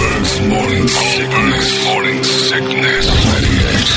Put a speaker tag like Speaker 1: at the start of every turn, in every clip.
Speaker 1: Morning sickness. Morning sickness.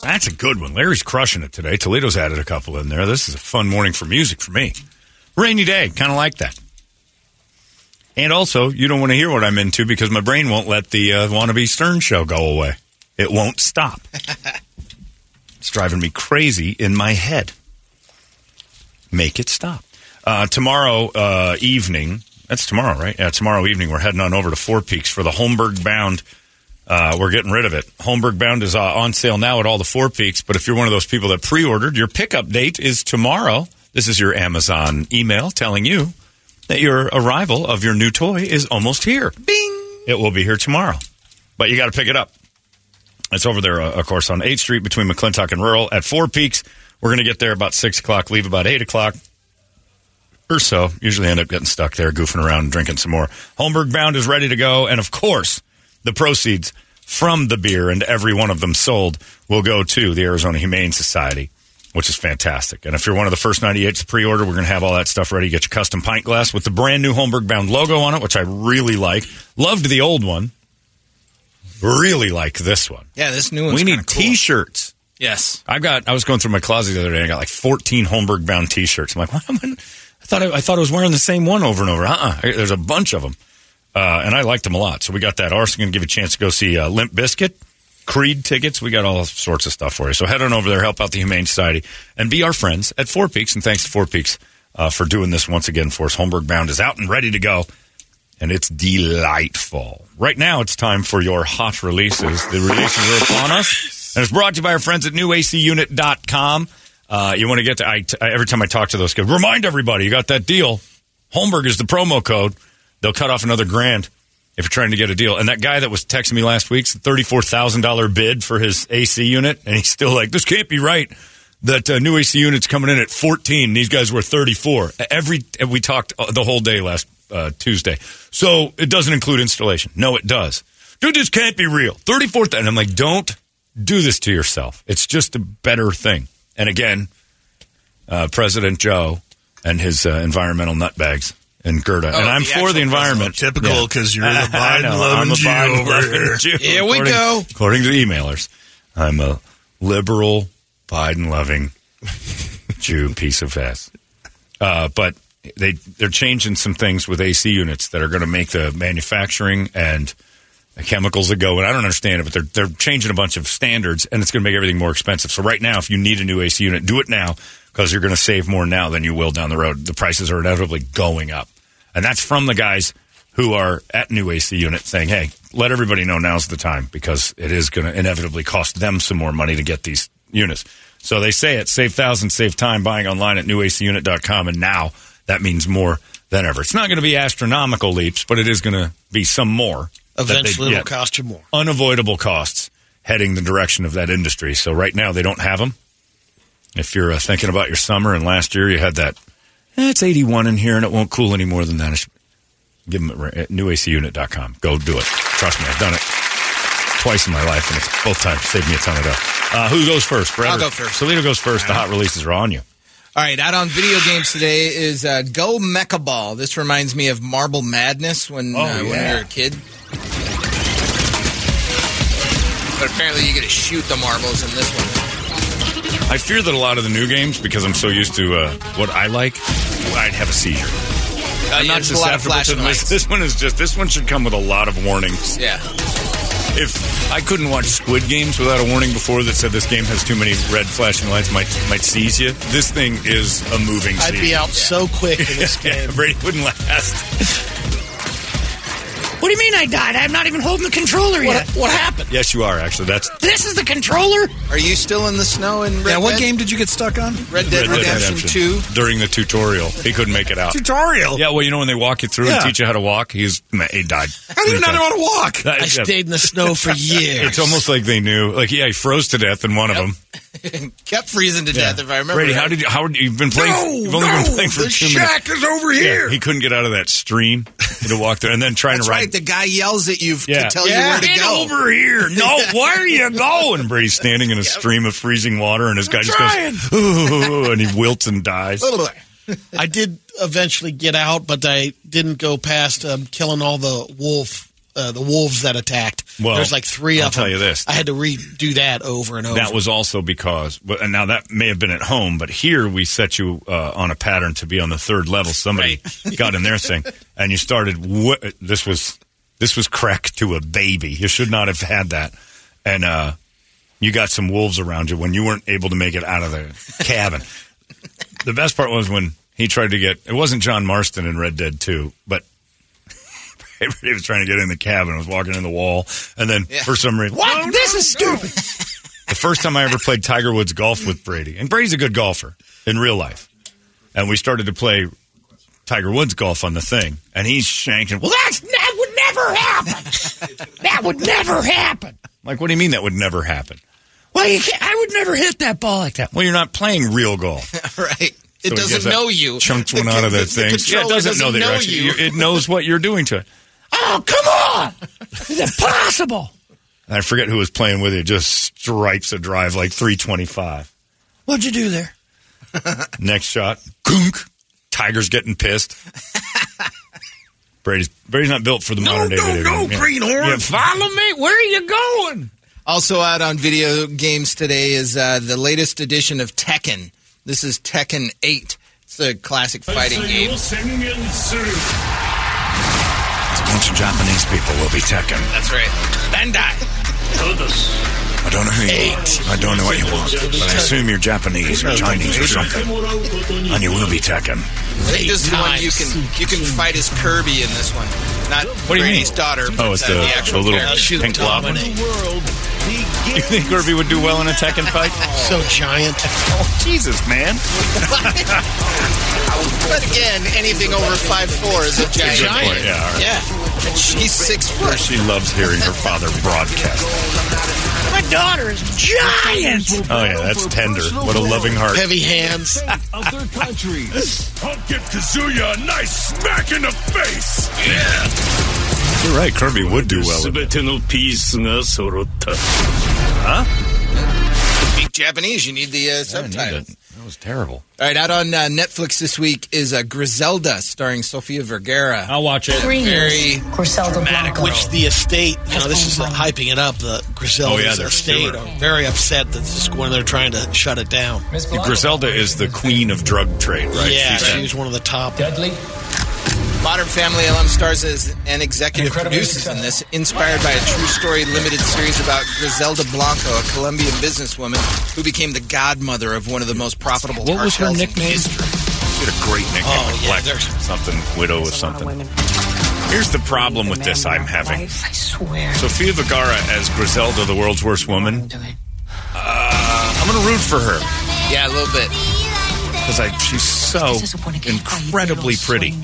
Speaker 2: That's a good one. Larry's crushing it today. Toledo's added a couple in there. This is a fun morning for music for me. Rainy day, kind of like that. And also, you don't want to hear what I'm into because my brain won't let the uh, wannabe Stern show go away. It won't stop. it's driving me crazy in my head. Make it stop. Uh, tomorrow uh, evening, that's tomorrow, right? Yeah, tomorrow evening, we're heading on over to Four Peaks for the Holmberg Bound. Uh, we're getting rid of it. Holmberg Bound is uh, on sale now at all the Four Peaks. But if you're one of those people that pre-ordered, your pickup date is tomorrow. This is your Amazon email telling you that your arrival of your new toy is almost here. Bing! It will be here tomorrow, but you got to pick it up. It's over there, uh, of course, on 8th Street between McClintock and Rural at Four Peaks. We're going to get there about 6 o'clock, leave about 8 o'clock or so. Usually end up getting stuck there, goofing around and drinking some more. Holmberg Bound is ready to go. And of course, the proceeds from the beer and every one of them sold will go to the Arizona Humane Society, which is fantastic. And if you're one of the first 98 to pre order, we're going to have all that stuff ready. Get your custom pint glass with the brand new Holmberg Bound logo on it, which I really like. Loved the old one. Really like this one.
Speaker 3: Yeah, this new one's
Speaker 2: We need
Speaker 3: kinda cool.
Speaker 2: t shirts.
Speaker 3: Yes.
Speaker 2: I got. I was going through my closet the other day. and I got like 14 Holmberg bound T-shirts. I'm like, what? am I, I thought I, I thought I was wearing the same one over and over. Uh-uh. I- There's a bunch of them, uh, and I liked them a lot. So we got that. Arson going to give you a chance to go see uh, Limp Biscuit, Creed tickets. We got all sorts of stuff for you. So head on over there, help out the Humane Society, and be our friends at Four Peaks. And thanks to Four Peaks uh, for doing this once again for us. Holmberg bound is out and ready to go and it's delightful. Right now, it's time for your hot releases. The releases are upon us, and it's brought to you by our friends at newacunit.com. Uh, you want to get to, I, t- every time I talk to those guys, remind everybody you got that deal. Holmberg is the promo code. They'll cut off another grand if you're trying to get a deal. And that guy that was texting me last week's $34,000 bid for his AC unit, and he's still like, this can't be right. That uh, new AC unit's coming in at 14. These guys were 34. Every and we talked uh, the whole day last uh, Tuesday. So it doesn't include installation. No, it does. Dude, this can't be real. 34th. And I'm like, don't do this to yourself. It's just a better thing. And again, uh, President Joe and his uh, environmental nutbags and Gerda. and I'm
Speaker 3: Oh, the
Speaker 2: for the
Speaker 3: actual
Speaker 2: environment.
Speaker 4: Typical,
Speaker 2: Yeah.
Speaker 4: 'cause you're the
Speaker 2: I know,
Speaker 4: Biden-loving
Speaker 2: I'm a
Speaker 4: Jew over
Speaker 2: Biden-loving
Speaker 4: here.
Speaker 2: Jew.
Speaker 3: Here we
Speaker 2: According-
Speaker 3: go.
Speaker 2: According to the emailers, I'm a liberal, Biden loving Jew piece of ass. Uh, but they they're changing some things with AC units that are going to make the manufacturing and the chemicals that go. And I don't understand it, but they're they're changing a bunch of standards, and it's going to make everything more expensive. So right now, if you need a new AC unit, do it now because you're going to save more now than you will down the road. The prices are inevitably going up, and that's from the guys who are at new AC unit saying, "Hey, let everybody know now's the time because it is going to inevitably cost them some more money to get these units." So they say it, save thousands, save time buying online at newacunit.com. And now that means more than ever. It's not going to be astronomical leaps, but it is going to be some more. that they
Speaker 3: Eventually, it'll
Speaker 2: get.
Speaker 3: cost you more.
Speaker 2: Unavoidable costs heading the direction of that industry. So right now they don't have them. If you're uh, thinking about your summer and last year you had that, "Eh, it's 81 in here and it won't cool any more than that. I should- Give them at newacunit.com. Go do it. Trust me, I've done it twice in my life, and it's both times saved me a ton of dough. Uh, who goes first? Brett
Speaker 3: I'll
Speaker 2: or-
Speaker 3: go first.
Speaker 2: Toledo goes first. The hot releases are on you.
Speaker 3: All right, out on video games today is uh, Go Mecha Ball. This reminds me of Marble Madness when,
Speaker 2: Oh,
Speaker 3: uh, when
Speaker 2: yeah.
Speaker 3: you were a kid. But apparently, you get to shoot the marbles in this one.
Speaker 2: I fear that a lot of the new games, because I'm so used to uh, what I like, I'd have a seizure.
Speaker 3: Uh,
Speaker 2: I'm not
Speaker 3: there's a lot
Speaker 2: susceptible
Speaker 3: of
Speaker 2: to
Speaker 3: flashing
Speaker 2: this.
Speaker 3: lights.
Speaker 2: This one is just. This one should come with a lot of warnings.
Speaker 3: Yeah.
Speaker 2: If I couldn't watch Squid Games without a warning before that said this game has too many red flashing lights, might might seize you. This thing is a moving.
Speaker 5: I'd
Speaker 2: seizure.
Speaker 5: be out so quick in this
Speaker 2: Yeah,
Speaker 5: game.
Speaker 2: Brady wouldn't last.
Speaker 4: What do you mean I died? I'm not even holding the controller
Speaker 3: What,
Speaker 4: yet.
Speaker 3: what happened?
Speaker 2: Yes, you are, actually. That's
Speaker 4: This is the controller?
Speaker 3: Are you still in the snow in Red
Speaker 5: Yeah, what
Speaker 3: Dead?
Speaker 5: game did you get stuck on?
Speaker 3: Red Dead Redemption, 2.
Speaker 2: During the tutorial. He couldn't make it out.
Speaker 5: Tutorial.
Speaker 2: Yeah, well, you know when they walk you through and
Speaker 5: Yeah.
Speaker 2: teach you how to walk, he's he died.
Speaker 5: How do you not know how to walk?
Speaker 2: That-
Speaker 4: I
Speaker 2: yeah.
Speaker 4: stayed in the snow for years.
Speaker 2: It's almost like they knew. Like, yeah, he froze to death in one of them.
Speaker 3: Kept freezing to death, if I remember.
Speaker 2: Brady,
Speaker 3: right.
Speaker 2: how did you? How did you- you've been playing? you've only been playing for
Speaker 5: the
Speaker 2: two
Speaker 5: shack
Speaker 2: minutes.
Speaker 5: is over here.
Speaker 2: Yeah, he couldn't get out of that stream. He had to walk there and then trying
Speaker 3: That's
Speaker 2: to ride.
Speaker 3: right. The guy yells at you f-
Speaker 2: Yeah.
Speaker 3: to tell
Speaker 5: Yeah.
Speaker 3: you where to
Speaker 2: Get
Speaker 3: go.
Speaker 2: over here! No, where are you going? Brady's standing in a stream of freezing water, and his guy just goes, "Ooh," and he wilts and dies.
Speaker 6: I did eventually get out, but I didn't go past um, killing all the wolf. Uh, the wolves that attacked.
Speaker 2: Well,
Speaker 6: There's like three
Speaker 2: I'll
Speaker 6: of them.
Speaker 2: tell you this.
Speaker 6: I had to redo that over and over.
Speaker 2: That was also because, but- and now that may have been at home, but here we set you uh, on a pattern to be on the third level. Somebody got in their thing, and you started. Wh- this was this was crack to a baby. You should not have had that, and uh, you got some wolves around you when you weren't able to make it out of the cabin. the best part was when he tried to get. It wasn't John Marston in Red Dead Two, but. Everybody was trying to get in the cabin. Was walking in the wall, and then for some reason,
Speaker 4: What? this is stupid.
Speaker 2: the first time I ever played Tiger Woods golf with Brady, and Brady's a good golfer in real life, and we started to play Tiger Woods golf on the thing, and he's shanking. Well,
Speaker 4: Well, that's, that would never happen. that would never happen.
Speaker 2: I'm like, what do you mean that would never happen?
Speaker 4: Well, you can't, I would never hit that ball like that.
Speaker 2: Well, you're not playing real golf.
Speaker 3: right. It
Speaker 2: So he gets
Speaker 3: doesn't
Speaker 2: that
Speaker 3: know you.
Speaker 2: Chunks
Speaker 3: The
Speaker 2: one
Speaker 3: con-
Speaker 2: out of
Speaker 3: the-
Speaker 2: the,
Speaker 3: the
Speaker 2: thing. Yeah, it
Speaker 3: controller
Speaker 2: doesn't know that you're
Speaker 3: know
Speaker 2: actually-
Speaker 3: you.
Speaker 2: It knows what you're doing to it.
Speaker 4: Oh, come on. Is it possible?
Speaker 2: And I forget who was playing with it. Just stripes a drive like 325.
Speaker 4: What'd you do there?
Speaker 2: Next shot, gunk. Tiger's getting pissed. Brady's Brady's not built for the modern day video game. Yeah. Yeah,
Speaker 4: Follow me. Where are you going?
Speaker 3: Also out on video games today is uh, the latest edition of Tekken. This is Tekken 8. It's a classic fighting game.
Speaker 2: It's a bunch of Japanese people will be Tekken.
Speaker 3: That's right. Bandai.
Speaker 2: I don't know who you are. I don't know what you want, but I assume you're Japanese or Chinese or something. And you will be Tekken.
Speaker 3: I think this is the one you
Speaker 6: times.
Speaker 3: can you can fight as Kirby in this one. Not
Speaker 2: What do you mean? Oh,
Speaker 3: Brady's daughter. but, uh, the, actual character.
Speaker 2: pink blob. You think Kirby would do well in a Tekken fight?
Speaker 6: so giant.
Speaker 2: Jesus, man.
Speaker 3: But again, anything over five four is a giant.
Speaker 6: Giant.
Speaker 2: point, yeah, all right.
Speaker 3: Yeah. And she's six foot.
Speaker 2: She loves hearing her father broadcast.
Speaker 4: My daughter is giant.
Speaker 2: Oh, yeah, that's tender. What a loving heart.
Speaker 6: Heavy hands.
Speaker 5: Other countries.
Speaker 1: I'll give Kazuya a nice smack in the face.
Speaker 2: You're right, Kirby would do well. in it.
Speaker 7: 全てのピースが揃った。
Speaker 3: Speak Japanese. You need the uh, subtitles.
Speaker 2: That was terrible.
Speaker 3: All right, out on uh, Netflix this week is uh, Griselda, starring Sofia Vergara.
Speaker 2: I'll watch it.
Speaker 8: Three
Speaker 3: Very
Speaker 8: years. Corselda Blanco.
Speaker 6: Which the estate, you know, this is
Speaker 8: That's
Speaker 6: hyping it up. The Griselda's
Speaker 2: Oh, yeah, they're
Speaker 6: estate
Speaker 2: sure.
Speaker 6: are very upset that this is going. They're trying to shut it down.
Speaker 8: Miss Blanco.
Speaker 2: Griselda is the queen of drug trade, right?
Speaker 6: yeah,
Speaker 2: She's
Speaker 6: she
Speaker 2: that-
Speaker 6: was one of the top.
Speaker 8: Dudley.
Speaker 3: Modern Family alum stars as an executive
Speaker 8: Incredibly
Speaker 3: produces in
Speaker 8: successful.
Speaker 3: this, inspired by a true story limited series about Griselda Blanco, a Colombian businesswoman who became the godmother of one of the most profitable
Speaker 2: What was her
Speaker 3: cartels in
Speaker 2: nickname?
Speaker 3: history.
Speaker 2: She had a great nickname,
Speaker 6: Oh,
Speaker 2: like
Speaker 6: yeah,
Speaker 2: Black
Speaker 6: there's-
Speaker 2: something, widow or something. Here's the problem with this I'm having.
Speaker 8: I swear.
Speaker 2: Sophia Vergara as Griselda, the world's worst woman. I'm gonna root for her
Speaker 3: Yeah, a little bit.
Speaker 2: because I she's so oh, incredibly pretty.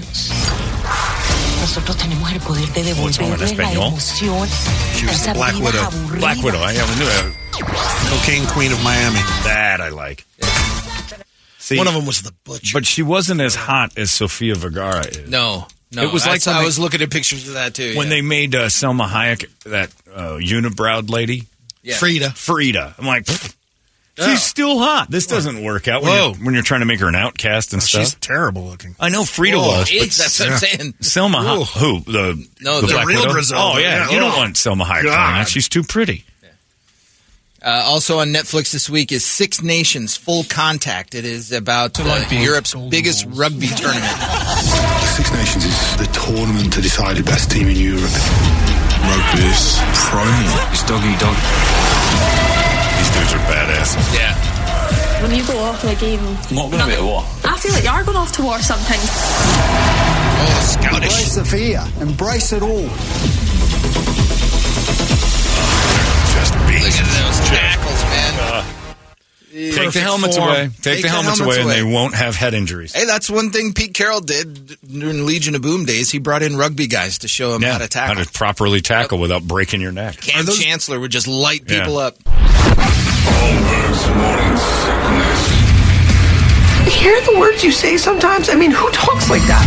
Speaker 8: Nosotros tenemos el poder de
Speaker 2: What's wrong with
Speaker 8: devolverle la
Speaker 2: Espanol?
Speaker 8: emoción
Speaker 5: She was
Speaker 8: a esa
Speaker 5: the Black
Speaker 8: vida
Speaker 5: Widow.
Speaker 8: aburrida.
Speaker 2: Black Widow. I haven't knew that.
Speaker 5: Cocaine Queen of Miami.
Speaker 2: That I like. See,
Speaker 6: One of them was the butcher.
Speaker 2: but she wasn't as hot as Sophia Vergara is.
Speaker 3: No, no.
Speaker 2: It was like
Speaker 3: That's- I
Speaker 2: something-
Speaker 3: was looking at pictures of that too.
Speaker 2: When
Speaker 3: yeah.
Speaker 2: they made uh, Selma Hayek that uh, unibrowed lady,
Speaker 3: Yeah.
Speaker 6: Frida.
Speaker 2: Frida, I'm like, "Pfft, she's still hot. This doesn't work out. When
Speaker 5: Whoa.
Speaker 2: You're, when you're trying to make her an outcast and stuff.
Speaker 5: Oh, She's terrible looking.
Speaker 2: I know Frida
Speaker 3: Oh,
Speaker 2: was, but
Speaker 3: it's- that's what I'm saying.
Speaker 2: Selma, Hayek- who the
Speaker 3: No, the
Speaker 2: Black
Speaker 5: real
Speaker 2: Widow?
Speaker 5: Griselda,
Speaker 2: Oh yeah,
Speaker 5: yeah.
Speaker 2: you don't
Speaker 5: Oh.
Speaker 2: want Selma Hayek playing
Speaker 5: God.
Speaker 2: that. She's too pretty.
Speaker 3: Uh, also on Netflix this week is Six Nations Full Contact. It is about uh, Europe's biggest rugby
Speaker 2: Oh,
Speaker 3: tournament.
Speaker 9: Six Nations is the tournament to decide the best team in Europe. Rugby is prime.
Speaker 2: These dogs are badass.
Speaker 3: Yeah.
Speaker 10: When you go off to a game,
Speaker 11: Not going to be at war.
Speaker 10: I feel like you are going off to war sometimes.
Speaker 12: Embrace the fear. Embrace it all.
Speaker 3: Just Look at those tackles, man.
Speaker 2: Uh, Take the helmets away. Take, the, helmets, away, and they won't have head injuries.
Speaker 3: Hey, that's one thing Pete Carroll did during Legion of Boom days. He brought in rugby guys to show him how to tackle.
Speaker 2: How to properly tackle without breaking your neck.
Speaker 3: Cam Chancellor would just light
Speaker 2: Yeah.
Speaker 3: people up.
Speaker 4: Hear the words you say sometimes? I mean, who talks like that?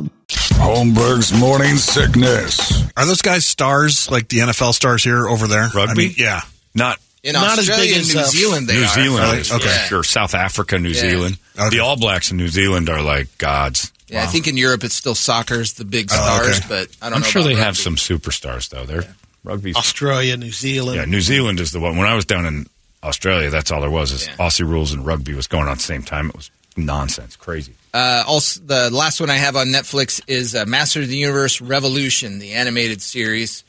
Speaker 5: Holmberg's morning sickness. Are those guys stars like the NFL stars here over there? Rugby? yeah.
Speaker 2: Not
Speaker 3: In Not as Australia big and as, New uh, Zealand they
Speaker 2: New
Speaker 3: are.
Speaker 2: Zealand,
Speaker 3: Really?
Speaker 2: is,
Speaker 3: Okay.
Speaker 2: yeah, or South Africa, New
Speaker 3: Yeah.
Speaker 2: Zealand. The All Blacks in New Zealand are like gods.
Speaker 3: Yeah, I
Speaker 2: Wow.
Speaker 3: think in Europe it's still soccer's the big
Speaker 2: Oh, okay.
Speaker 3: stars, but I don't
Speaker 2: I'm
Speaker 3: know.
Speaker 2: sure
Speaker 3: about
Speaker 2: they
Speaker 3: rugby.
Speaker 2: have some superstars though. They're rugby's
Speaker 6: Australia, New Zealand.
Speaker 2: Yeah, New Zealand is the one. When I was down in Australia, that's all there was is Aussie rules and rugby was going on at the same time. It was nonsense, crazy.
Speaker 3: Uh, also, the last one I have on Netflix is uh, Master of the Universe Revolution, the animated series.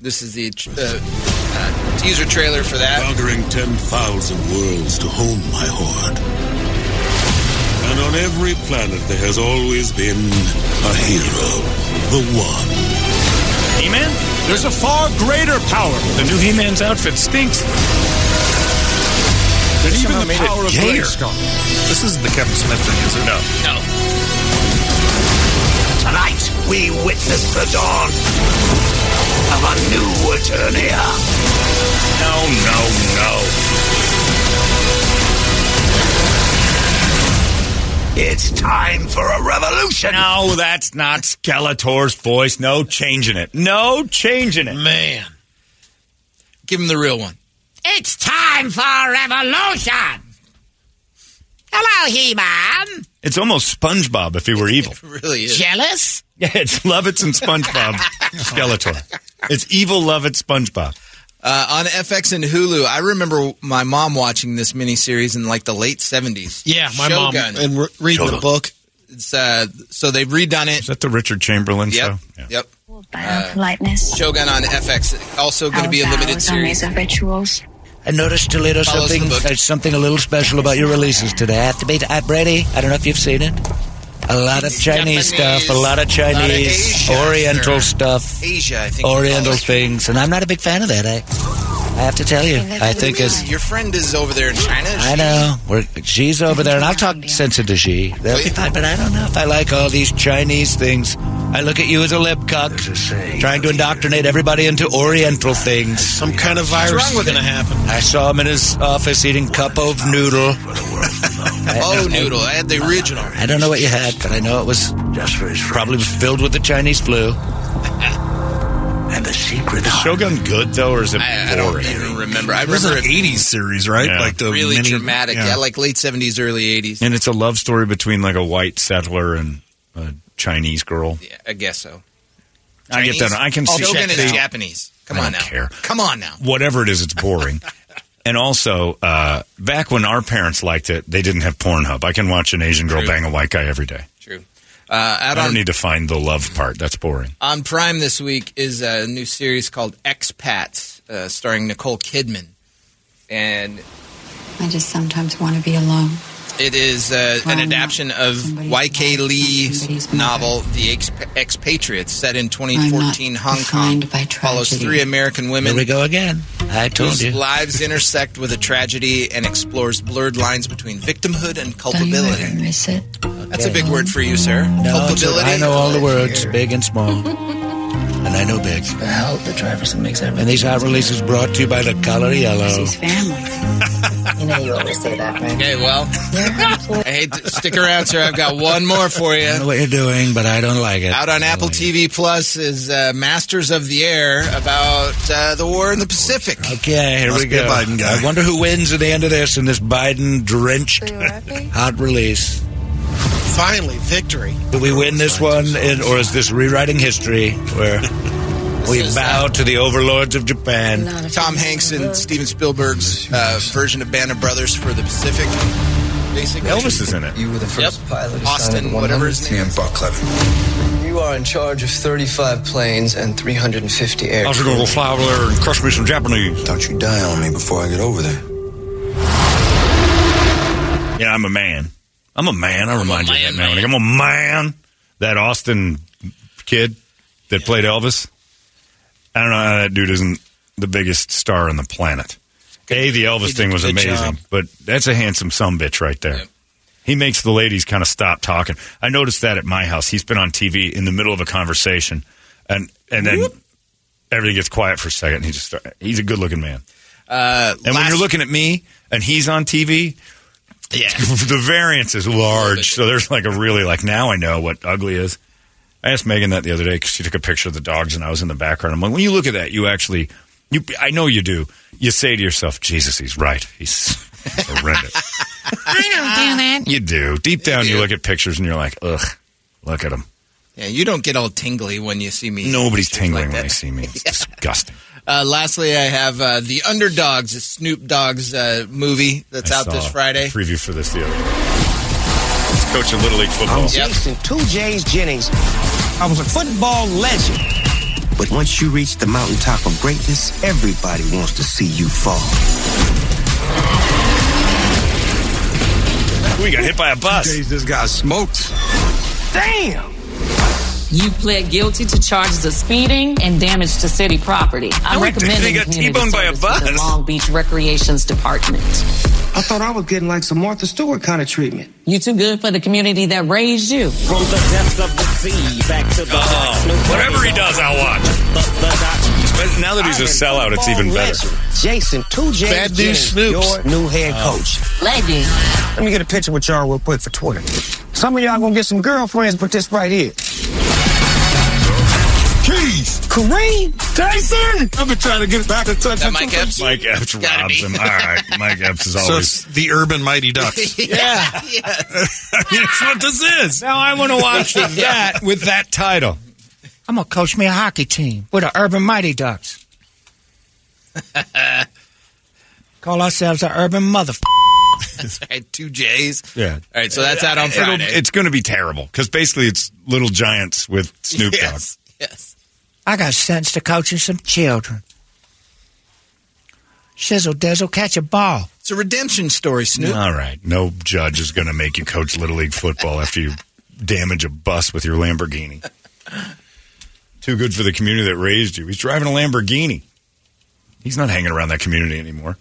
Speaker 3: This is the tr- uh, uh, teaser trailer for that.
Speaker 13: Conquering 10,000 worlds to home my horde. And on every planet, there has always been a hero. The one.
Speaker 2: He Man? There's a far greater power. The new He Man's outfit stinks.
Speaker 5: They
Speaker 2: Even
Speaker 5: somehow
Speaker 2: the
Speaker 5: made
Speaker 2: power
Speaker 5: it
Speaker 2: of
Speaker 5: gayer.
Speaker 2: Great Scott.
Speaker 5: This isn't the Kevin Smith thing, is it?
Speaker 2: No.
Speaker 3: No.
Speaker 4: Tonight, we witness the dawn of a new Eternia.
Speaker 1: No, no, no.
Speaker 2: It's time for a revolution. No, that's not Skeletor's voice. No changing it. No changing it.
Speaker 6: Man.
Speaker 3: Give him the real one.
Speaker 4: It's time for revolution. Hello, He-Man.
Speaker 2: It's almost SpongeBob if he were evil.
Speaker 3: really
Speaker 4: Jealous?
Speaker 2: Yeah, it's Lovitz and SpongeBob Skeletor. It's evil Lovitz SpongeBob.
Speaker 3: Uh, on FX and Hulu, I remember my mom watching this miniseries in like the late 70s.
Speaker 6: Yeah, my mom
Speaker 3: Shogun.
Speaker 6: and re- reading the book.
Speaker 3: It's, uh, so they've redone it.
Speaker 2: Is that the Richard Chamberlain
Speaker 3: Yep.
Speaker 2: show?
Speaker 3: Yep.
Speaker 8: Our politeness.
Speaker 3: Shogun on FX. Also
Speaker 8: Oh,
Speaker 3: going to be a limited
Speaker 8: vows, our
Speaker 3: series.
Speaker 8: maze of rituals.
Speaker 14: I noticed, Toledo,
Speaker 3: Follows the
Speaker 14: something
Speaker 3: book.
Speaker 14: there's something a little special about your releases today. I have to be uh, Brady. I don't know if you've seen it. A lot of Chinese stuff, a lot of Chinese, Oriental stuff,
Speaker 3: Asia, I think.
Speaker 14: Oriental things, and I'm not a big fan of that. eh? I, I have to tell you, I think as
Speaker 3: Your friend is over there in China.
Speaker 14: I know. We're, she's over there, and I'll talk sense into she. They'll be fine, but I don't know if I like all these Chinese things. I look at you as a libcock, trying to indoctrinate everybody into Oriental things. Some
Speaker 6: kind of
Speaker 14: virus
Speaker 6: wrong with is it? gonna happen.
Speaker 14: I saw him in his office eating cup of noodle.
Speaker 3: Oh, noodle. I had the original.
Speaker 14: I don't know what you had, but I know it was probably was filled with the Chinese flu.
Speaker 2: And the secret. Is Shogun good though, or is it
Speaker 3: I, I don't
Speaker 2: boring?
Speaker 3: even remember. I
Speaker 2: It was an
Speaker 3: remember it-
Speaker 2: 80s series, right?
Speaker 3: Yeah.
Speaker 2: Like the
Speaker 3: really
Speaker 2: mini-
Speaker 3: dramatic.
Speaker 2: yeah.
Speaker 3: Yeah. like late seventies, early eighties.
Speaker 2: And it's a love story between like a white settler and a Chinese girl.
Speaker 3: I guess so.
Speaker 2: I get that. I can
Speaker 3: Oh,
Speaker 2: see
Speaker 3: Shogun is
Speaker 2: they-
Speaker 3: Japanese. Come
Speaker 2: I
Speaker 3: on
Speaker 2: don't
Speaker 3: now.
Speaker 2: care.
Speaker 3: Come on now.
Speaker 2: Whatever it is, it's boring. and also, uh, back when our parents liked it, they didn't have Pornhub. I can watch an Asian girl
Speaker 3: True.
Speaker 2: bang a white guy every day.
Speaker 3: True. Uh, out
Speaker 2: I
Speaker 3: on
Speaker 2: don't need to find the love part. That's boring.
Speaker 3: on Prime this week is a new series called Expats, uh, starring Nicole Kidman, and
Speaker 15: I just sometimes want to be alone.
Speaker 3: it is uh, an adaption of Y.K. Lee's novel The Ex- Expatriates, set in 2014 Hong Kong. Follows three American women.
Speaker 14: Here we go again. I told
Speaker 3: whose
Speaker 14: you.
Speaker 3: lives intersect with a tragedy and explores blurred lines between victimhood and culpability.
Speaker 15: miss it?
Speaker 3: That's a big word for you, sir.
Speaker 14: No, it's-
Speaker 3: culpability.
Speaker 14: I know all the words, big and small. and I know big.
Speaker 8: The help, the drivers that makes everything.
Speaker 6: Oh.
Speaker 14: And these hot releases brought to you by the color yellow.
Speaker 8: family.
Speaker 16: You know you always say that, right?
Speaker 3: Okay, well, I hate to stick around, sir. I've got one more for you.
Speaker 8: I know what you're doing, but I don't like it.
Speaker 3: Out on Apple TV Plus is uh, Masters of the Air about uh, the war in the Pacific.
Speaker 8: Okay, here
Speaker 3: Must
Speaker 8: we
Speaker 3: be a
Speaker 8: go.
Speaker 3: Biden guy.
Speaker 8: I wonder who wins at the end of this in this Biden drenched hot release.
Speaker 17: Finally, victory.
Speaker 8: Do we win this one, in, or is this rewriting history where we bow to the overlords of Japan?
Speaker 3: Tom Hanks and Steven Spielberg's uh, version of Band of Brothers for the Pacific. Basically,
Speaker 2: Elvis is in it.
Speaker 3: You were the first pilot,
Speaker 18: of
Speaker 3: Austin,
Speaker 18: Silent
Speaker 3: whatever his name.
Speaker 18: And Buck Levin. You are in charge of 35 planes and 350 air.
Speaker 2: I was going to fly over there and crush me some Japanese.
Speaker 18: Don't you die on me before I get over there.
Speaker 2: Yeah, I'm a man. I'm a man. I remind you of that now. and again. I'm a man. That Austin kid that played Elvis. I don't know how that dude isn't the biggest star on the planet. A, the
Speaker 8: he
Speaker 2: Elvis
Speaker 8: did
Speaker 2: thing was
Speaker 8: a good
Speaker 2: amazing,
Speaker 8: job.
Speaker 2: but that's a handsome some bitch right there. He makes the ladies kind of stop talking. I noticed that at my house. He's been on TV in the middle of a conversation, and and then everything gets quiet for a second. And he just start, he's a good looking man.
Speaker 3: Uh,
Speaker 2: And when you're looking at me and he's on TV, yeah, the variance is large. So there's like a really like now I know what ugly is. I asked Megan that the other day because she took a picture of the dogs and I was in the background. I'm like, when you look at that, you actually, you I know you do. You say to yourself, Jesus, he's right. He's horrendous.
Speaker 16: I don't
Speaker 2: you do. Deep down, you look at pictures and you're like, ugh, look at him.
Speaker 3: Yeah, you don't get all tingly when you see me.
Speaker 2: Nobody's tingling when they see me. It's disgusting.
Speaker 3: Uh, lastly, I have uh, the Underdogs, a Snoop Dogg's uh, movie that's
Speaker 2: I
Speaker 3: out this
Speaker 2: saw
Speaker 3: Friday.
Speaker 2: a Preview for this the other. day. He's coaching little league football.
Speaker 19: I'm Jason, two J's Jennings. I was a football legend. But once you reach the mountaintop of greatness, everybody wants to see you fall.
Speaker 2: We got hit by a bus.
Speaker 19: This guy smoked.
Speaker 4: Damn! You pled guilty to charges of speeding and damage to city property. I'm
Speaker 19: No, he didn't.
Speaker 4: recommending
Speaker 19: He got
Speaker 4: community
Speaker 19: T-boned by a
Speaker 4: service with The
Speaker 19: bus.
Speaker 4: Long Beach Recreations Department.
Speaker 19: I thought I was getting like some Martha Stewart kind of treatment.
Speaker 4: You too good for the community that raised you.
Speaker 20: From the depths of the sea, back to the
Speaker 2: Uh-huh.
Speaker 20: dock, Snoop
Speaker 2: Whatever he does, I'll watch. But now that he's a sellout, it's even better.
Speaker 19: Jason, two J's
Speaker 2: Bad news
Speaker 19: Jennings,
Speaker 2: Snoops.
Speaker 19: your new head
Speaker 2: Oh.
Speaker 19: coach.
Speaker 4: Legend.
Speaker 19: Let me get a picture with y'all real quick for Twitter. Some of y'all gonna get some girlfriends, but this right here. Keys. Kareem. Tyson. I've been trying to get back in touch with Mike Epps.
Speaker 2: Mike Epps robs him. All right, Mike Epps is
Speaker 6: So
Speaker 2: always.
Speaker 6: it's the urban mighty ducks.
Speaker 3: yeah.
Speaker 2: That's what this is. Now I want to watch that with that title.
Speaker 8: I'm gonna coach me a hockey team with the Urban Mighty Ducks. Call ourselves the Urban Mother.
Speaker 3: That's right, two J's.
Speaker 2: Yeah. All
Speaker 3: right, so that's out on
Speaker 2: It'll-
Speaker 3: Friday.
Speaker 2: it's going to be terrible because basically it's Little Giants with Snoop Dogg.
Speaker 3: Yes, yes.
Speaker 8: I got sentenced to coaching some children. Shizzle dizzle, catch a ball.
Speaker 3: It's a redemption story, Snoop.
Speaker 2: All right, no judge is going to make you coach Little League football after you damage a bus with your Lamborghini. Too good for the community that raised you. He's driving a Lamborghini. He's not hanging around that community anymore.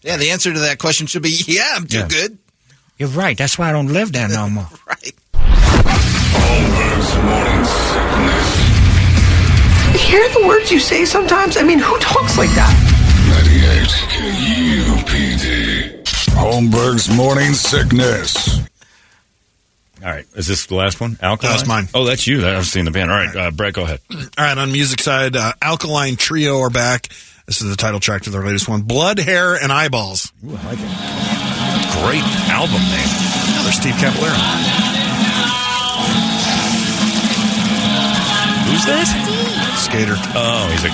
Speaker 3: Yeah, the answer to that question should be yeah, I'm too
Speaker 2: Yeah.
Speaker 3: good.
Speaker 8: You're right. That's why I don't live there no more.
Speaker 16: You hear the words you say sometimes? I mean, who talks like that?
Speaker 9: Holmberg's morning sickness.
Speaker 2: All right, is this the last one? Alkaline.
Speaker 6: That's mine.
Speaker 2: Oh, that's you. That, I've seen the band. All right, uh, Brett, go ahead.
Speaker 6: All right, on music side, uh, Alkaline Trio are back. This is the title track to their latest one, Blood, Hair, and Eyeballs.
Speaker 2: Ooh, I like it. Great album name.
Speaker 6: Another Steve Caballero.
Speaker 2: Who's that?
Speaker 6: Skater.
Speaker 2: Oh, he's a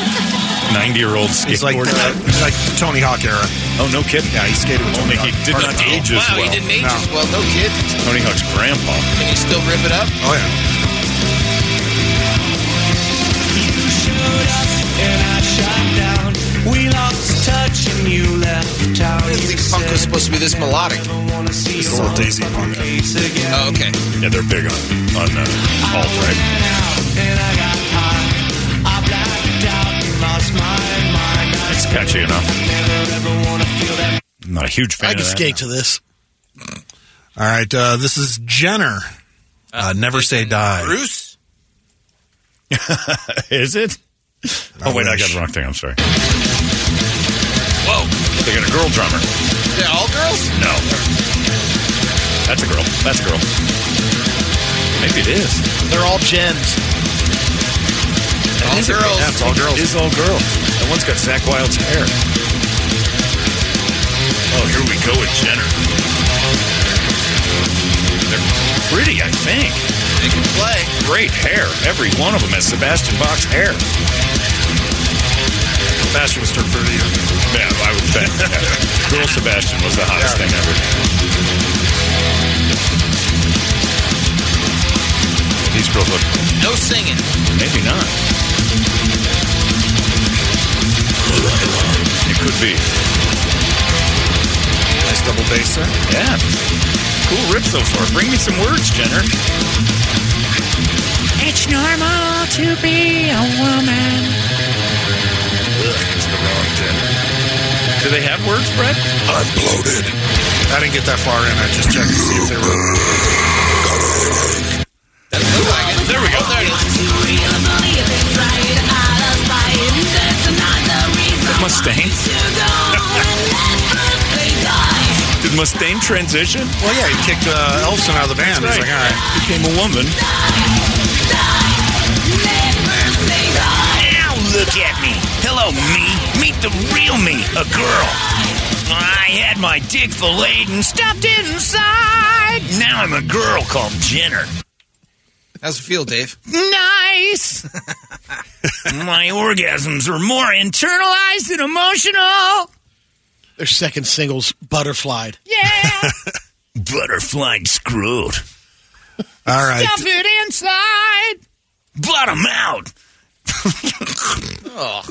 Speaker 2: 90 year old skateboarder.
Speaker 6: He's like, uh, he's like Tony Hawk era.
Speaker 2: Oh, no kidding.
Speaker 6: Yeah, he skated with Tony
Speaker 2: Only he
Speaker 6: Hawk.
Speaker 2: did
Speaker 6: Part
Speaker 2: not
Speaker 6: of-
Speaker 2: age as
Speaker 3: wow,
Speaker 2: well.
Speaker 3: he didn't age as well. No kid.
Speaker 2: Tony Hawk's grandpa.
Speaker 3: Can you still rip it up?
Speaker 6: Oh, yeah.
Speaker 19: And I shot down. We lost touch and you left out.
Speaker 3: I didn't think punk was supposed to be this melodic.
Speaker 6: This is old Daisy Punk.
Speaker 3: Oh, okay.
Speaker 2: Yeah, they're big on on uh, alt right. It's catchy enough. I'm not a huge fan.
Speaker 17: I can
Speaker 2: of that.
Speaker 17: skate to this.
Speaker 6: All right, uh, this is Jenner. Uh, Never Say Die.
Speaker 3: Bruce?
Speaker 2: Is it? oh wait, I got the wrong thing. I'm sorry. Whoa, they got a girl drummer.
Speaker 19: Is it all girls?
Speaker 4: No. That's a girl. That's a girl. Maybe it is.
Speaker 6: They're all gens.
Speaker 4: All girls. That's all girls. It is all girls. That one's got Zach Wilde's hair. Oh, here we go with Jenner. They're pretty, I think. They can play. Great hair. Every one of them has Sebastian Bach's hair. Sebastian was turned pretty. Yeah, I would think. Girl Sebastian was the hottest thing ever. These girls look
Speaker 19: No singing.
Speaker 4: Maybe not. It could be. Nice double bass there. Yeah. Cool riff so far. Bring me some words, Jenner.
Speaker 8: It's normal to be a woman.
Speaker 4: It's the wrong Jenner. Do they have words, Brett?
Speaker 3: I'm bloated. I didn't get that far in. I just checked to see if they were.
Speaker 19: There we go. There it is.
Speaker 4: Did Mustaine? Did Mustaine transition?
Speaker 3: Well, yeah, he kicked uh, Elfson out of the band.
Speaker 4: That's
Speaker 3: He's like, all right.
Speaker 4: Became a woman.
Speaker 2: Now look at me. Hello, me. Meet the real me, a girl. I had my dick filleted and stuffed inside. Now I'm a girl called Jenner.
Speaker 19: How's it feel, Dave?
Speaker 2: Nice. my orgasms are more internalized and emotional.
Speaker 6: Their second single's Butterflied.
Speaker 2: Yeah. Butterfly screwed.
Speaker 3: All right.
Speaker 2: Stuff it inside. Bottom out.
Speaker 19: oh.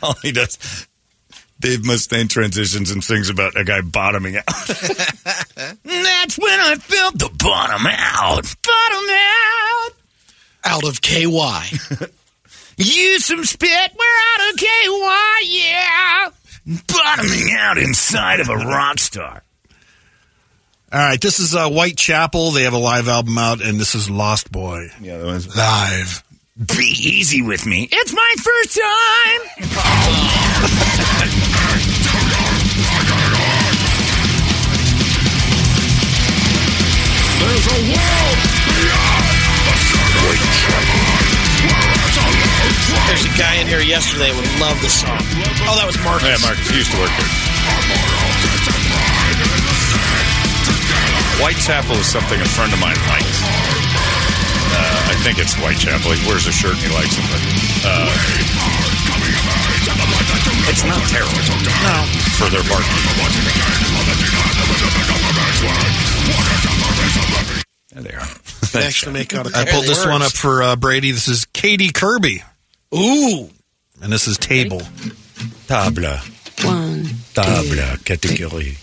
Speaker 4: All he does. Dave Mustaine transitions and sings about a guy bottoming out.
Speaker 2: That's when I felt the bottom out. Bottom out.
Speaker 6: Out of KY.
Speaker 2: Use some spit. We're out of KY. Yeah. Bottoming out inside of a rock star.
Speaker 3: All right, this is uh, Whitechapel. They have a live album out, and this is Lost Boy. Yeah, that was live.
Speaker 2: Be easy with me. It's my first time.
Speaker 21: There's a world beyond the surface.
Speaker 6: There's a guy in here yesterday would love this song. Oh, that was Marcus.
Speaker 4: Yeah, Marcus he used to work here. Whitechapel is something a friend of mine likes. Uh, I think it's Whitechapel. He wears a shirt and he likes it, but uh, it's not terrible. No, for their barking. There they are.
Speaker 6: They actually make out a
Speaker 3: I
Speaker 6: couple
Speaker 3: pulled this
Speaker 6: words.
Speaker 3: one up for uh, Brady. This is Katie Kirby.
Speaker 6: Ooh.
Speaker 3: And this is Table.
Speaker 4: Tabla.
Speaker 8: One.
Speaker 4: Tabla. Category.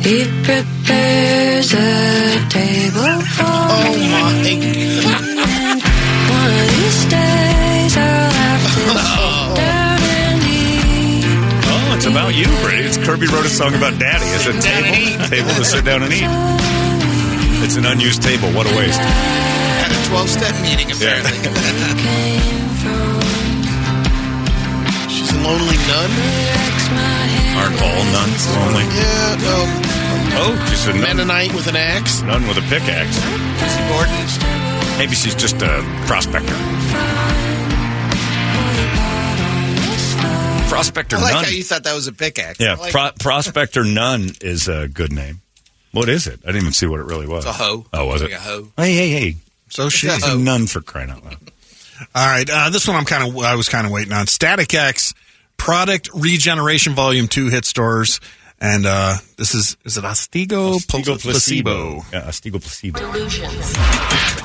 Speaker 8: He prepares a table for oh me. My. One of these days I'll have to sit down and eat.
Speaker 4: Oh, it's about you, Brady. It's Kirby wrote a song about Daddy. It's a table, table to sit down and eat. It's an unused table. What a waste.
Speaker 19: At a 12 step meeting,
Speaker 4: Yeah.
Speaker 19: apparently.
Speaker 6: She's a lonely nun.
Speaker 4: Aren't all nuns lonely?
Speaker 6: Yeah, no.
Speaker 4: Oh, she's a nun,
Speaker 6: Mennonite with an axe.
Speaker 4: nun with a pickaxe.
Speaker 19: Lizzie Borden.
Speaker 4: Maybe she's just a prospector. Prospector
Speaker 19: I like
Speaker 4: nun.
Speaker 19: how you thought that was a pickaxe.
Speaker 4: yeah,
Speaker 19: I like
Speaker 4: pro- prospector nun is a good name. What is it? I didn't even see what it really was.
Speaker 19: It's a hoe.
Speaker 4: Oh, was it?
Speaker 19: Like a hoe.
Speaker 4: Hey, hey, hey. So
Speaker 19: she's
Speaker 4: she's
Speaker 19: a
Speaker 4: a
Speaker 19: hoe.
Speaker 4: nun for crying out loud.
Speaker 3: All right, uh, this one I'm kind of I was kind of waiting on. Static X, Product Regeneration Volume Two hit stores, and uh, this is is it Ostigo,
Speaker 4: Astigo
Speaker 3: placebo.
Speaker 4: Yeah, Astigo placebo.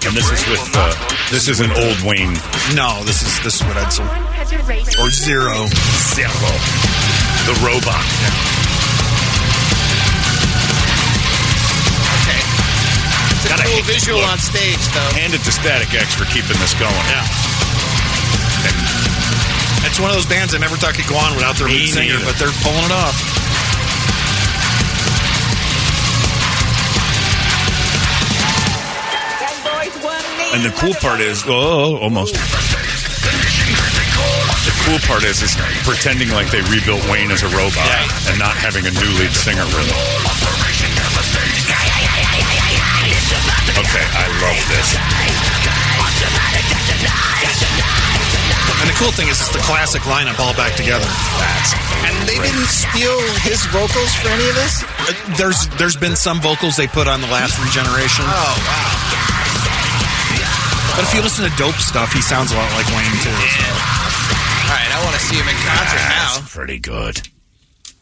Speaker 4: And this is with uh, this is an old Wayne
Speaker 3: No, this is this is what I'd say.
Speaker 22: Or
Speaker 3: Or zero.
Speaker 4: Zero, the robot.
Speaker 19: Okay. It's a
Speaker 4: Gotta
Speaker 19: cool
Speaker 4: hate this
Speaker 19: visual
Speaker 4: look.
Speaker 19: on stage, though.
Speaker 4: Hand it to Static X for keeping this going. Yeah.
Speaker 3: It's one of those bands I never thought could go on without their
Speaker 4: Me
Speaker 3: lead singer,
Speaker 4: neither.
Speaker 3: but they're pulling it off.
Speaker 4: And oh, the cool part is, oh, almost. cool part is, is pretending like they rebuilt Wayne as a robot and not having a new lead singer really. Okay, I love this.
Speaker 23: And the cool thing is, it's the classic lineup all back together.
Speaker 3: And they didn't steal his vocals for any of this?
Speaker 23: Uh, There's there's been some vocals they put on the last regeneration. Oh wow! But if you listen to dope stuff, he sounds a lot like Wayne too.
Speaker 3: All right, I want to see him in concert now.
Speaker 23: Pretty good.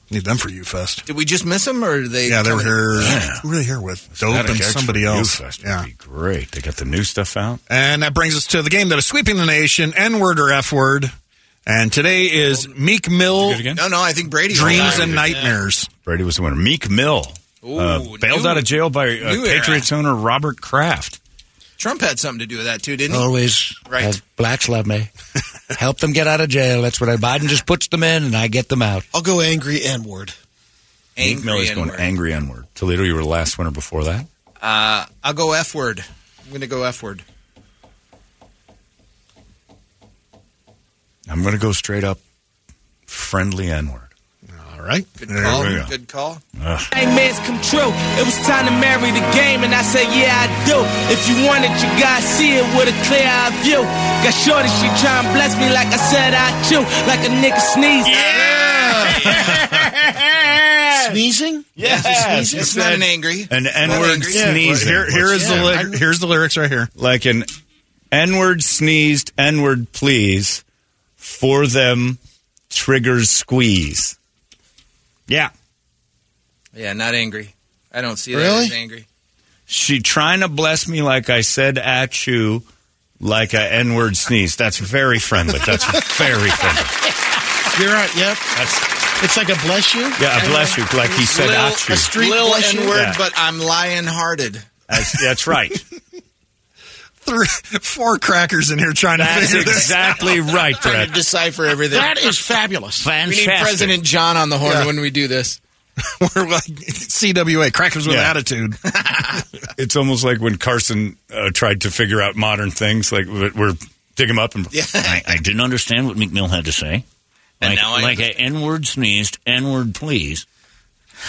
Speaker 23: Need them for you fest.
Speaker 3: Did we just miss him, or did they?
Speaker 23: Yeah, they were here.
Speaker 3: Yeah.
Speaker 23: Who were they here with? Dope and
Speaker 4: Static X
Speaker 23: somebody
Speaker 4: for You
Speaker 23: else.
Speaker 4: Fest would
Speaker 23: Yeah.
Speaker 4: be great. They got the new stuff out.
Speaker 23: And that brings us to the game that is sweeping the nation, N word or F word. And today is Meek Mill.
Speaker 3: No, no, I think Brady.
Speaker 23: Dreams and Nightmares.
Speaker 4: Brady was the winner. Meek Mill uh, bailed out of jail by uh,
Speaker 3: new era.
Speaker 4: Patriots owner Robert Kraft.
Speaker 3: Trump had something to do with that too,
Speaker 4: Oh,
Speaker 3: didn't he?
Speaker 2: Always.
Speaker 3: Right.
Speaker 2: As blacks love me. Help them get out of jail. That's what I. Biden just puts them in, and I get them out.
Speaker 6: I'll go angry N word.
Speaker 4: Meek Mill is going angry N word. Toledo, you were the last winner before that.
Speaker 3: Uh, I'll go F word. I'm going to go F word.
Speaker 4: I'm going to go straight up friendly N word.
Speaker 23: All right.
Speaker 4: Good
Speaker 3: Call. Good call.
Speaker 24: Nightmares come true. It was time to marry the game, and I said, Yeah, I do. If you want it, you gotta see it with a clear eye view. Got shorty, she try and bless me like I said I do, like a nigga sneeze.
Speaker 6: Sneezing?
Speaker 24: Yes.
Speaker 6: Yes.
Speaker 3: It's not an angry.
Speaker 4: An
Speaker 3: Not
Speaker 4: N word
Speaker 3: angry.
Speaker 4: sneeze.
Speaker 23: Here, here is the li- here's the lyrics right here.
Speaker 4: like an N word sneezed, N word please, for them triggers squeeze. Yeah.
Speaker 3: Yeah, not angry. I don't see that
Speaker 4: Really?
Speaker 3: as angry.
Speaker 4: She trying to bless me like I said at you, like a N word sneeze. That's very friendly. That's very friendly.
Speaker 6: You're right. Yep. it's like a bless you.
Speaker 4: Yeah, a bless you, like he said
Speaker 3: Lil,
Speaker 4: at you.
Speaker 3: a street Lil
Speaker 6: bless you?
Speaker 3: N word,
Speaker 4: Yeah.
Speaker 3: but I'm lion hearted.
Speaker 4: That's, that's right.
Speaker 23: Three, four crackers in here trying to
Speaker 4: That's
Speaker 23: figure this
Speaker 4: exactly right,
Speaker 3: Trying to
Speaker 4: Brett.
Speaker 3: decipher everything.
Speaker 6: That is fabulous.
Speaker 3: We need President John on the horn
Speaker 23: Yeah.
Speaker 3: when we do this.
Speaker 23: We're like CWA crackers with
Speaker 4: Yeah.
Speaker 23: attitude.
Speaker 4: It's almost like when Carson uh, tried to figure out modern things, like we're we're- dig him up and
Speaker 25: I, I didn't understand what McMill had to say.
Speaker 4: And
Speaker 25: Like,
Speaker 4: now I
Speaker 25: like a N word sneezed, N word please.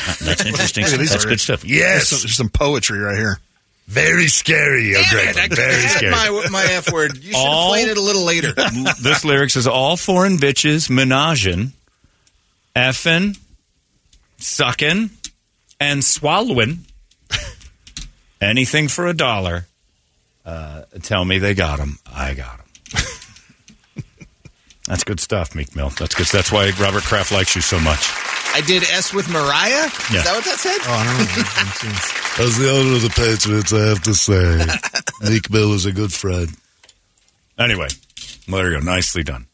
Speaker 25: Uh, That's interesting.
Speaker 23: Look at these
Speaker 25: That's good
Speaker 23: lyrics.
Speaker 25: stuff.
Speaker 23: There's some,
Speaker 25: Yes.
Speaker 23: there's some poetry right here.
Speaker 4: Very scary,
Speaker 25: Your Great One.
Speaker 3: I
Speaker 25: Very
Speaker 3: had
Speaker 25: scary.
Speaker 3: my, my F word. You should have
Speaker 4: All-
Speaker 3: played it a little later.
Speaker 4: this lyrics is all foreign bitches menaging, effing, sucking, and swallowing. Anything for a dollar. Uh, tell me they got him. I got him. That's good stuff, Meek Mill. That's good. That's why Robert Kraft likes you so much.
Speaker 3: I did S with Mariah.
Speaker 4: Yeah.
Speaker 3: Is that what that said?
Speaker 26: As the owner of the Patriots, I have to say, Nick Bill is a good friend.
Speaker 4: Anyway, well, there you go. Nicely done.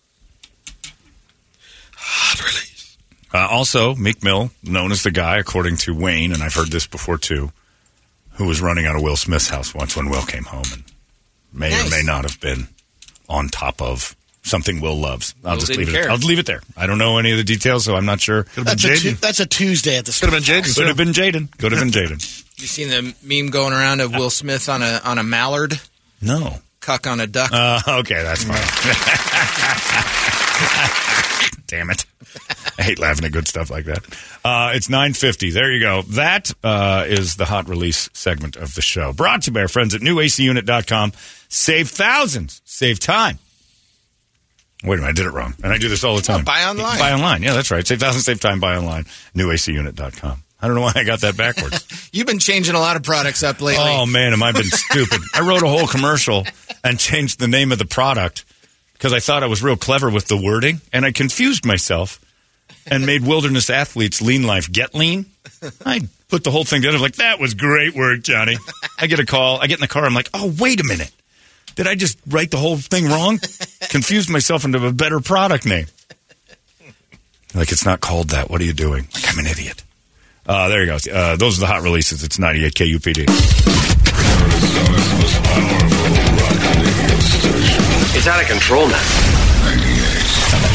Speaker 4: Uh, also, Meek Mill, known as the guy, according to Wayne, and I've heard this before too, who was running out of Will Smith's house once when Will came home and may or
Speaker 25: Nice.
Speaker 4: may not have been on top of something Will loves. I'll
Speaker 6: Will
Speaker 4: just
Speaker 6: didn't
Speaker 4: leave it.
Speaker 6: care.
Speaker 4: I'll leave it there. I don't know any of the details, so I'm not sure. Could
Speaker 6: That's a, tu- that's a Tuesday at the school.
Speaker 4: Could have been Jaden. Could have been Jaden.
Speaker 3: You seen the meme going around of Will Smith on a on a mallard,
Speaker 4: No.
Speaker 3: cuck on a duck?
Speaker 4: Uh, okay, that's fine. Damn it. I hate laughing at good stuff like that. Uh, it's 950. There you go. That uh, is the hot release segment of the show. Brought to you by our friends at newacunit.com. Save thousands. Save time. Wait a minute, I did it wrong. And I do this all the time.
Speaker 3: buy online.
Speaker 4: Buy online. Yeah, that's right. Save thousands, save time, buy online. Newacunit.com. I don't know why I got that backwards.
Speaker 3: You've been changing a lot of products up lately.
Speaker 4: Oh man, am I been stupid? I wrote a whole commercial and changed the name of the product because I thought I was real clever with the wording, and I confused myself and made wilderness athletes lean life get lean. I put the whole thing together like that was great work, Johnny. I get a call, I get in the car, I'm like, oh wait a minute, did I just write the whole thing wrong? Confused myself into a better product name. Like it's not called that. What are you doing? Like I'm an idiot. Uh, there you go. Uh, those are the hot releases. It's 98 KUPD.
Speaker 27: It's out of control now.